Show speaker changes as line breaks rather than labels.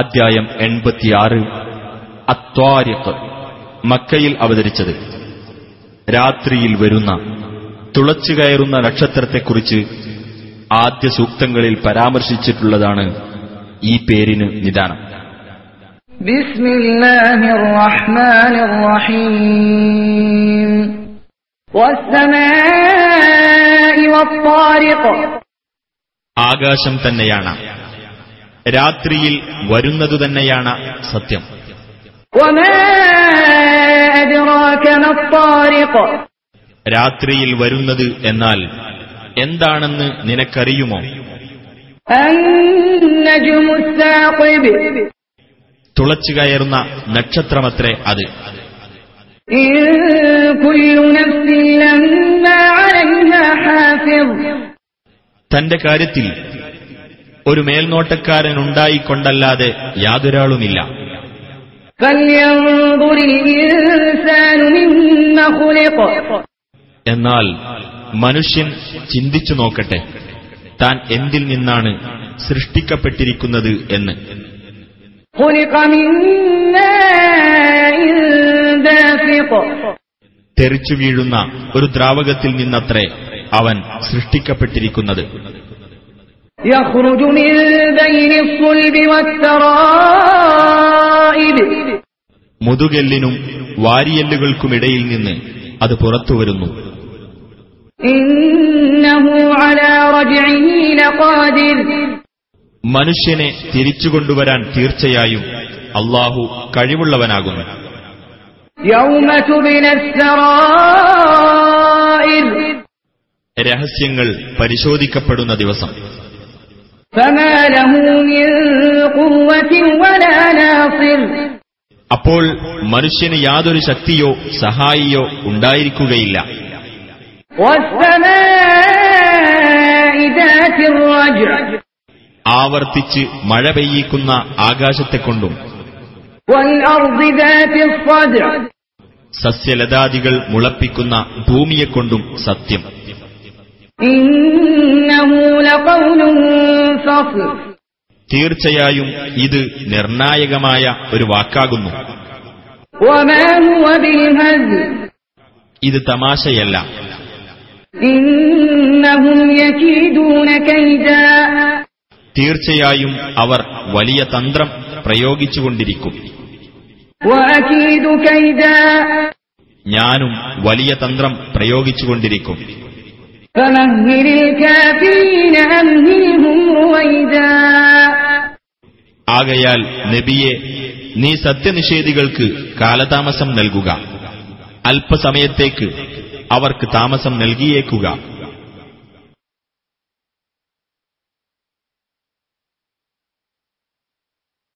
അധ്യായം എൺപത്തിയാറ് അത്വാരിഖ് മക്കയിൽ അവതരിച്ചത് രാത്രിയിൽ വരുന്ന തുളച്ചുകയറുന്ന നക്ഷത്രത്തെക്കുറിച്ച് ആദ്യ സൂക്തങ്ങളിൽ പരാമർശിച്ചിട്ടുള്ളതാണ് ഈ പേരിന് നിദാനം
بسم الله الرحمن الرحيم والسماء والطارق
ആകാശം തന്നെയാണ് രാത്രിയിൽ വരുന്നതു തന്നെയാണ് സത്യം
وما أدراك ما الطارق
രാത്രിയിൽ വരുന്നത് എന്നാൽ എന്താണെന്ന് നിനക്കറിയുമോ
النجم الثاقب
തുളച്ചുകയറുന്ന നക്ഷത്രമത്രേ അത്
إن كل نفس لما عليها حافظ
തന്റെ കാര്യത്തിൽ ഒരു മേൽനോട്ടക്കാരനുണ്ടായിക്കൊണ്ടല്ലാതെ യാതൊരാളുമില്ല
فلينظر الإنسان مما خلق
എന്നാൽ മനുഷ്യൻ ചിന്തിച്ചു നോക്കട്ടെ താൻ എന്തിൽ നിന്നാണ് സൃഷ്ടിക്കപ്പെട്ടിരിക്കുന്നത് എന്ന്
خلق من ماء دافق
തെറിച്ചു വീഴുന്ന ഒരു ദ്രാവകത്തിൽ നിന്നത്രേ അവൻ സൃഷ്ടിക്കപ്പെട്ടിരിക്കുന്നത്
يخرج من بين الصلب والترائب
മുതുകെല്ലിനും വാരിയെല്ലുകൾക്കുമിടയിൽ നിന്ന് അത് പുറത്തു വരുന്നു
إنه على رجعه لقادر
മനുഷ്യനെ തിരിച്ചുകൊണ്ടുവരാൻ തീർച്ചയായും അള്ളാഹു കഴിവുള്ളവനാകുന്നു
يوم تبلى السرائر
രഹസ്യങ്ങൾ പരിശോധിക്കപ്പെടുന്ന ദിവസം
فما له من قوة ولا ناصر
അപ്പോൾ മനുഷ്യന് യാതൊരു ശക്തിയോ സഹായിയോ ഉണ്ടായിരിക്കുകയില്ല
والسماء ذات الرجع
ആവർത്തിച്ച് മഴ പെയ്യിക്കുന്ന ആകാശത്തെക്കൊണ്ടും
والأرض ذات الصدع
സസ്യലതാദികൾ മുളപ്പിക്കുന്ന ഭൂമിയെക്കൊണ്ടും സത്യം
إنه لقول فصل
തീർച്ചയായും ഇത് നിർണായകമായ ഒരു വാക്കാകുന്നു
وما هو بالهزل
ഇത് തമാശയല്ല
إنهم يكيدون كيدا
തീർച്ചയായും അവർ വലിയ തന്ത്രം പ്രയോഗിച്ചുകൊണ്ടിരിക്കും
وأكيد كيدا
ഞാനും വലിയ തന്ത്രം പ്രയോഗിച്ചുകൊണ്ടിരിക്കും
فمهل الكافرين أمهلهم رويدا
ആകയാൽ നബിയെ നീ സത്യനിഷേധികൾക്ക് കാലതാമസം നൽകുക അല്പസമയത്തേക്ക് അവർക്ക് താമസം നൽകിയേക്കുക